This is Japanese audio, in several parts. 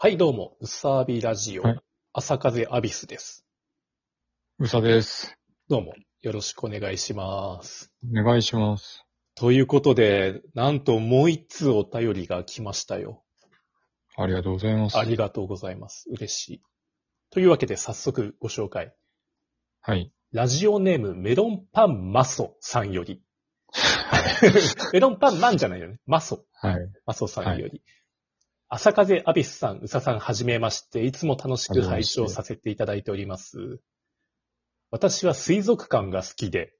はい、どうも、うさびラジオ、はい朝風アビスです。うさです。どうも、よろしくお願いします。お願いします。ということで、なんともう一通お便りが来ましたよ。ありがとうございます。ありがとうございます。嬉しい。というわけで、早速ご紹介。はい。ラジオネーム、メロンパンマソさんよ り。メロンパンマンじゃないよね。マソ。はい。マソさんより。朝風アビスさん、うささん、はじめまして。いつも楽しく拝聴させていただいております。私は水族館が好きで、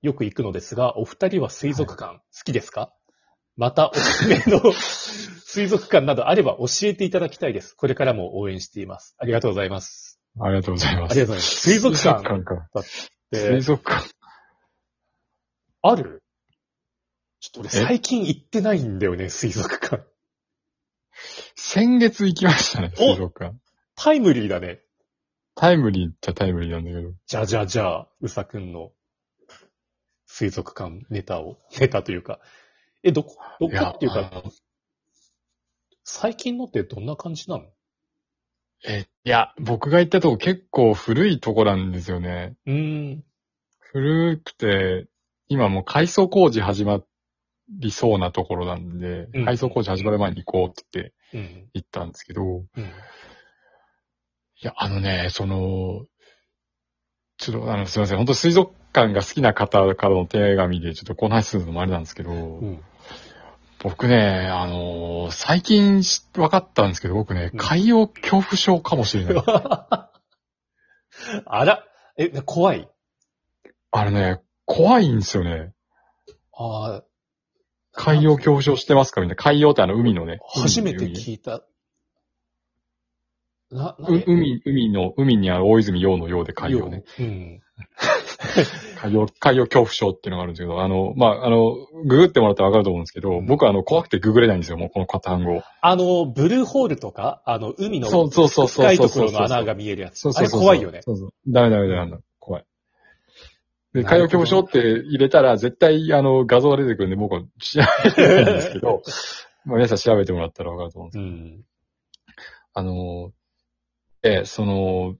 よく行くのですが、お二人は水族館、好きですかまた、おすすめの 水族館などあれば教えていただきたいです。これからも応援しています。ありがとうございます。ありがとうございありまがす。とうございます。水族館っ館か。水て、族館。あるちょっと俺え最近行ってないんだよね、水族館。先月行きましたね、お水族館。タイムリーだね。タイムリーっちゃタイムリーなんだけど。じゃじゃじゃあ、うさくんの水族館ネタを、ネタというか。え、どこ、どこっていうか、あの最近のってどんな感じなのえ、いや、僕が行ったとこ結構古いとこなんですよね。うーん。古くて、今もう改装工事始まりそうなところなんで、うん改装工事始まる前に行こうって言ってうん。行ったんですけど、うん。いや、あのね、その、ちょっと、あの、すいません。本当水族館が好きな方からの手紙で、ちょっとこの話するのもあれなんですけど、うん。僕ね、あのー最近し分かったんですけど、僕ねう、ん海洋恐怖症かもし れない。あら、え、怖い。あのね、怖いんですよね。ああ。海洋恐怖症してますかみんな。海洋ってあの、海のね。初めて海聞いた。な、なう海、海の、海にある大泉洋のようで海洋ね。。うん。海洋、海洋恐怖症っていうのがあるんですけど、あの、まあ、あの、ググってもらったらわかると思うんですけど、僕あの、怖くてググれないんですよ、もうこの単語。あの、ブルーホールとか、あの、海のそうそうそうそう。深いところの穴が見えるやつ。そうそうそう。あれ怖いよね。そうそう。ダメダメダメダメ。怖い。で、なる海洋ほど恐怖症って入れたら、絶対、あの、画像が出てくるんで、僕は調べてないんですけ ど、まあ、皆さん調べてもらったらわかると思うんうですけん。ど、あの、え、その、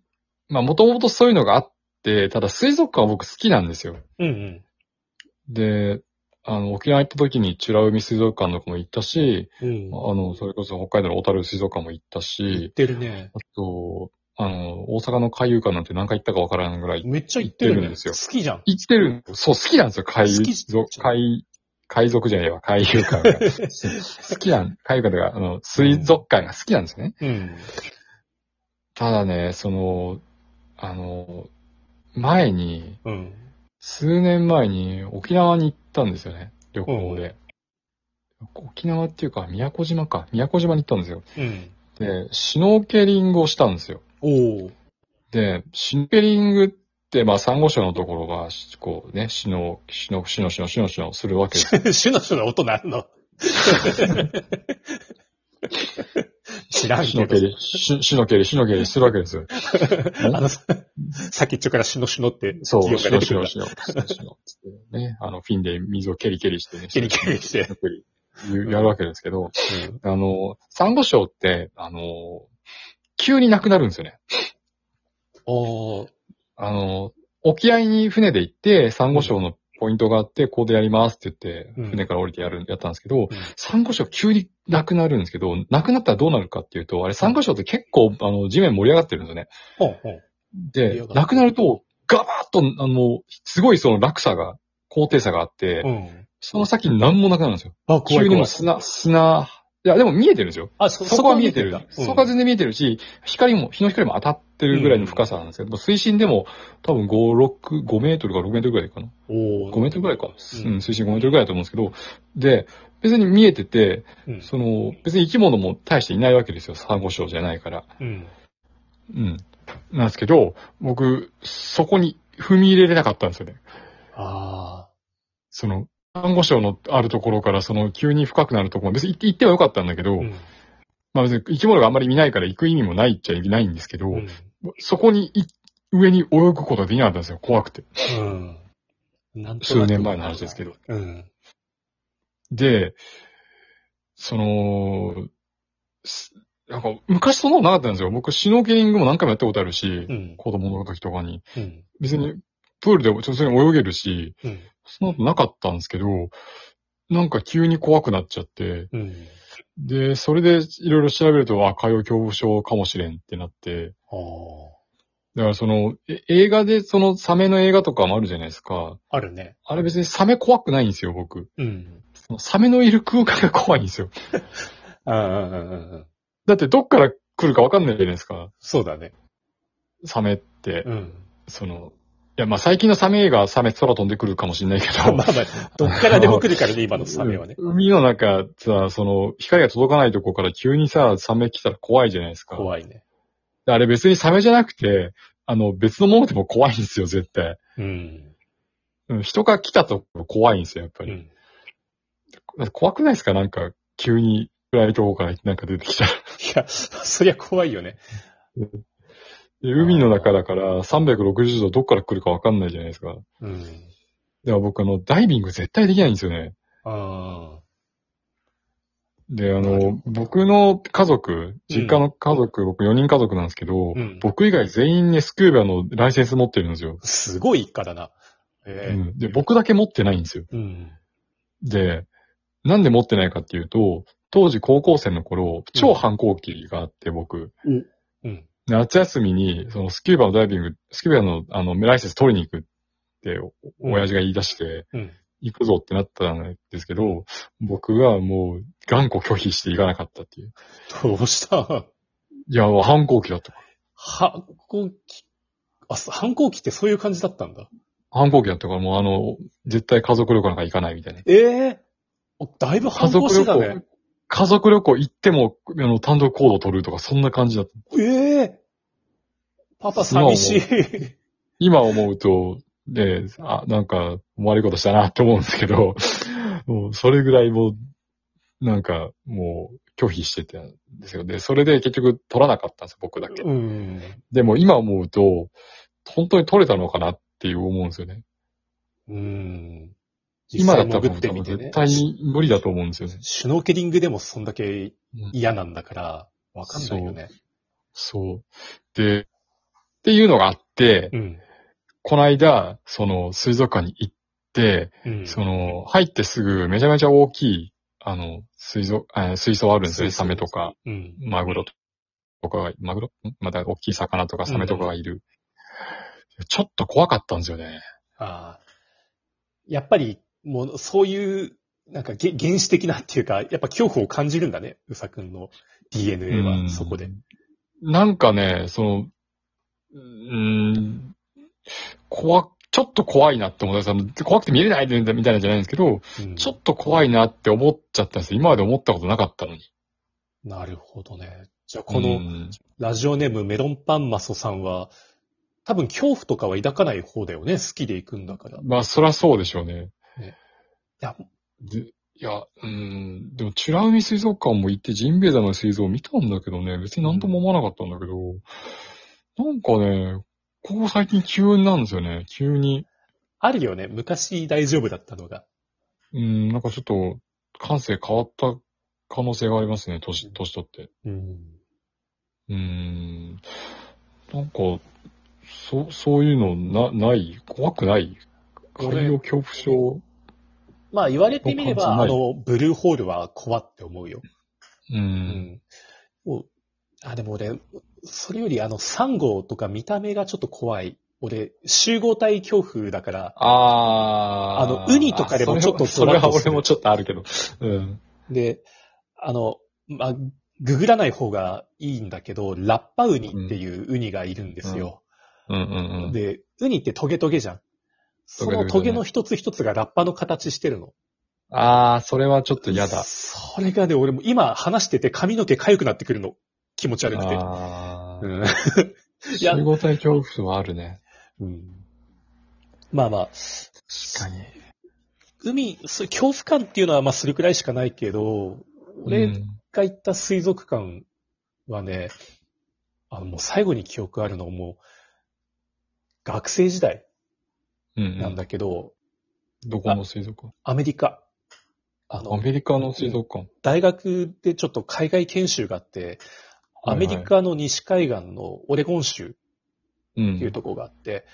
まあ、もともとそういうのがあって、ただ水族館は僕好きなんですよ。うんうん。で、あの、沖縄行った時に、美ら海水族館の子も行ったし、うんあ。の、それこそ北海道の小樽水族館も行った行っし、てるね。あと、あの、大阪の海遊館なんて何回行ったかわからんぐらいめっちゃ行ってる,、ね、行ってるんですよ好きじゃ ん。生きてる、そう、好きなんですよ、海好き賊、海、海賊じゃねえわ、海遊館が。 好きなん、海遊館とか、あの、水族館が好きなんですよね。うん。ただね、その、あの、前に、うん。数年前に沖縄に行ったんですよね、旅行で。沖縄っていうか、宮古島か。宮古島に行ったんですよ。うん。で、シュノーケリングをしたんですよ。おお。で、シュノーケリングって、まあ、珊瑚礁のところが、こうね、シュノ、シュノ、シュノ、シュノ、シュノ、シュノするわけですよ シュノシュノ音なる の知らんしけのけど。り、し、しのけり、しのけりするわ けですよ。あの、ささっきっちょからシュノシュノって、そう、がし出のてしくるんのだ。しの、しのしの。ね、あの、フィンで水をケリケリしてね。ケリケリしてしのけり。やるわけですけど、あの、サンゴ礁って、あの、急になくなるんですよね。おーあの、沖合に船で行って、サンゴ礁のポイントがあって、ここでやりますってう言んって、船から降りてやる、やったんですけうどん、サンゴ礁急になくなるんですけど、なくなったらどうなるかっていうと、あれサンゴ礁って結構、あの、地面盛り上がってるんですよね。ほんほん。で、なくなると、ガバーッと、あの、すごいその落差が、高低差があって、うん。その先に何もなくなるんですよ。あ、怖急いに怖もい。う砂、砂、いや、でも見えてるんですよ。あ、そ、そこは見えてる。んだそこは全然見えてるし、光も、日の光も当たってるぐらいの深さなんですけど、水深でも多分5、6、5メートルか6メートルぐらいかな。お5メートルぐらいか。ううんん、水深5メートルぐらいだと思うんですけど、で、別に見えてて、うん。その、別に生き物も大していないわけですよ。サンゴ礁じゃないから。うん。うん。なんですけど、僕、そこに踏み入れれなかったんですよね。あその、看護省のあるところから、その、急に深くなるところ、別に行って行ってはよかったんだけど、ー。うん。まあ別に生き物があんまりいないから行く意味もないっちゃいけないんですけど、うんそこにい、上に泳ぐことができなかったんですよ。怖くて。うん。なんとなく数年前の話ですけど。うん。で、その、すなんか、昔そんなことなかったんですよ。僕、シュノーケリングも何回もやったことあるし、うん。子供の時とかに。うん。別に、プールで普通に泳げるし、うん。そんなことなかったんですけど、なんか急に怖くなっちゃって、うん。で、それでいろいろ調べると、あ、海洋恐怖症かもしれんってなって、あだからその、え映画でそのサメの映画とかもあるじゃないですか。あ。あるね。あれ別にサメ怖くないんですよ、僕。うん。そのサメのいる空間が怖いんですよ。ああ、うんうんうんうん。だってどっから来るかわかんないじゃないですか。そうだね。サメって。うん。その、いや、まあ最近のサメ映画はサメ空飛んでくるかもしれないけ まあ どま。あ、どっからでも来るからね、今のサメはね。うん 海の中さ、その、光が届かないとこから急にさ、サメ来たら怖いじゃないですか。怖いね。であれ別にサメじゃなくて、あの、別のものでも怖いんですよ、絶対。うん。うん人が来たと怖いんですよ、やっぱうり。ん。怖くないですかなんか、急に暗いとこからなんか出てきたら。いや、そりゃ怖いよね。で海の中だから360度どっから来るかわかんないじゃないですか。だかうん。ら僕あの、ダイビング絶対できないんですよね。あで、なあるの、僕の家族、実家の家族、僕4人家族なんですけど、うん僕以外全員ね、スクーバのライセンス持ってるんですよ。あ。すごい一家だな。ええうんで、僕だけ持ってないんですよ。うん。で、なんで持ってないかっていうと、当時高校生の頃、超反抗期があって、僕。うん。夏休みに、そのスキューバのダイビング、スキューバのあの、ライセンス取りに行くって、お親父が言い出して、うん。行くぞってなったんですけど、僕はもう、頑固拒否して行かなかったっていう。どうしたいや、もう反抗期だった。反抗期、あ、そ反抗期ってそういう感じだったんだ。反抗期だったから、もうあの、絶対家族旅行なんか行かないみたいな。ええだいぶ家反抗族し旅てたね行。、家族旅行行っても、あの、単独行動取るとか、そんな感じだった。ええパパ寂しい。今思うと、ね、あ、なんか、悪いことしたなって思うんですけど、もう、それぐらいもう、なんか、もう、拒否してたんですよ。で、それで結局取らなかったんですよ、僕だ け。うん。でも今思うと、本当に取れたのかなっていう思うんですよね。うん。今だったら実際も潜ってみてねう多分絶。対に無理だと思うんですよね。シュノーケリングでもそんだけうん嫌なんだから、わかんないよね。そう。で、っていうのがあって、うん。この間、その水族館に行って、うん。その入ってすぐめちゃめちゃ大きい、あの、水族、あ水槽あるんですよね。水槽サメとか、うん。マグロとかが、マグロんまた大きい魚とかサメとかがいる。ちょっと怖かったんですよね。ああ。やっぱり、もう、そういう、なんかげ、原始的なっていうか、やっぱ恐怖を感じるんだね。うさくんの DNA うんは、そこで。。なんかね、その、うーん、怖、ちょっと怖いなって思ったんですよ怖くて見れないみたいなんじゃないんですけど、うんちょっと怖いなって思っちゃったんですよ。今まで思ったことなかったのに。なるほどね。じゃあ、こうの、んラジオネームメロンパンマソさんは、多分恐怖とかは抱かない方だよね。好きで行くんだから。いまあ、そりゃそうでしょうね。や、でいや、うん、でも、チュラ海水族館も行って、ジンベエザメの水槽を見たんだけどね、別になんとも思わなかったんだけど、なんかね、ここ最近急になんですよね。急に、あるよね。昔大丈夫だったのが。うん、なんかちょっと、感性変わった可能性がありますね、年、年取って。うん。うん、なんか、そ、そういうのな、ない、怖くない俺海洋恐怖症まあ言われてみれば、あ感じなの、ブルーホールは怖って思うよ。う。うんん。もうあ、でも俺、それよりあの、サンゴとか見た目がちょっと怖い。俺、集合体恐怖だから、ああのウニとかでもちょっとそれはドそラッとれするは俺もちょっとあるけど。うん。で、あの、まあ、ググらない方がいいんだけど、ラッパウニっていうウニがいるんですよ。うんうんうん。で、ウニってトゲトゲじゃん。そトゲトのゲだねトゲの一つ一つがラッパの形してるの。ああ、それはちょっと嫌だ。それがね、俺も今話してて髪の毛痒くなってくるの。気持ち悪くて。あうん あ。いや集合体恐怖はあるね。うんまあまあ、確かに。海、そう恐怖感っていうのはまあそれくらいしかないけど、う俺んが行った水族館はね、あのもう最後に記憶あるのもう、学生時代うんうなんん。だけど、どこの水族館アメリカ。あアの、メリカの水族館。大学でちょっと海外研修があって、アメリカの西海岸のオレゴン州う。っていうんとこがあって、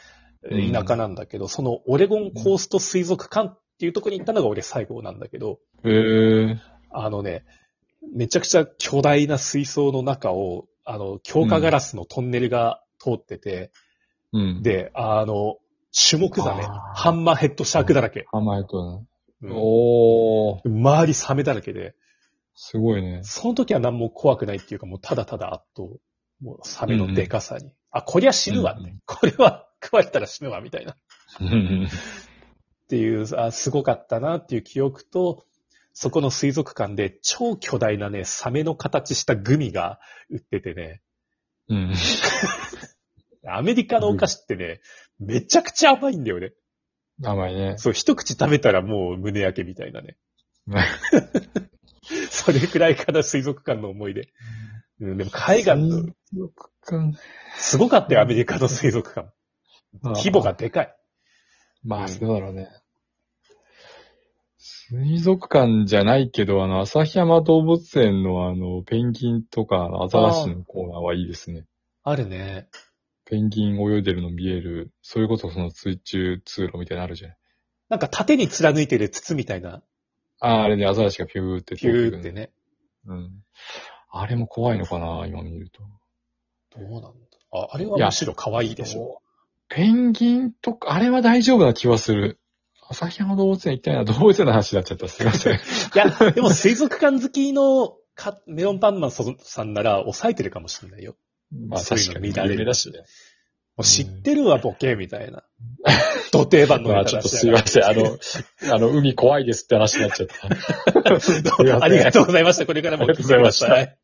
うん田舎なんだけど、そのオレゴンコースト水族館っていうとこに行ったのが俺最後なんだけど、えー、あのね、めちゃくちゃ巨大な水槽の中を、あの、強化ガラスのトンネルが通ってて、うん。、で、あの、シュモクザメ、あーハンマーヘッドシャークだらけ。甘えとうね。んおー、周りサメだらけで、すごいね。その時は何も怖くないっていうか、もうただただ圧倒。もうサメのデカさに。あ、こりゃ死ぬわ、うんうんこれは食われたら死ぬわ、みたいな。うんっていう、あすごかったなっていう記憶と、そこの水族館で超巨大なね、サメの形したグミが売っててね、うん。アメリカのお菓子ってね、めちゃくちゃ甘いんだよね。甘いね。そう、一口食べたらもう胸焼けみたいな ね。それくらいかな、水族館の思い出。うん、でも海岸の、水族館すごかったよ、アメリカの水族館。規模が。でかい。まあ、そうだろうね。水族館じゃないけど、あの、旭山動物園のあの、ペンギンとか、アザラシのコーナーはいいですね。あるね。ペンギン泳いでるの見える、それこそその水中通路みたいなのあるじゃん。なんか縦に貫いてる筒みたいな、ああ、あれね、アザラシがピューってピューってね。ね。うん。あれも怖いのかな、今見ると。どうなんだあ、あれはむしろ可愛いでしょ。ょ。ペンギンとか、あれは大丈夫な気はする。旭山動物園行きたいな、動物園の話になっちゃった。すい ません。いや、でも水族館好きのかメロンパンマンさんなら抑えてるかもしれないよ。まあそういう確のかに見られる夢だしね。もう知ってるわ、ボケ、みたいな。 土定番のまあちょっとすいません。あ の、あの、海怖 いですって話になっちゃった。せんありがとうございました。これからも聞いてください。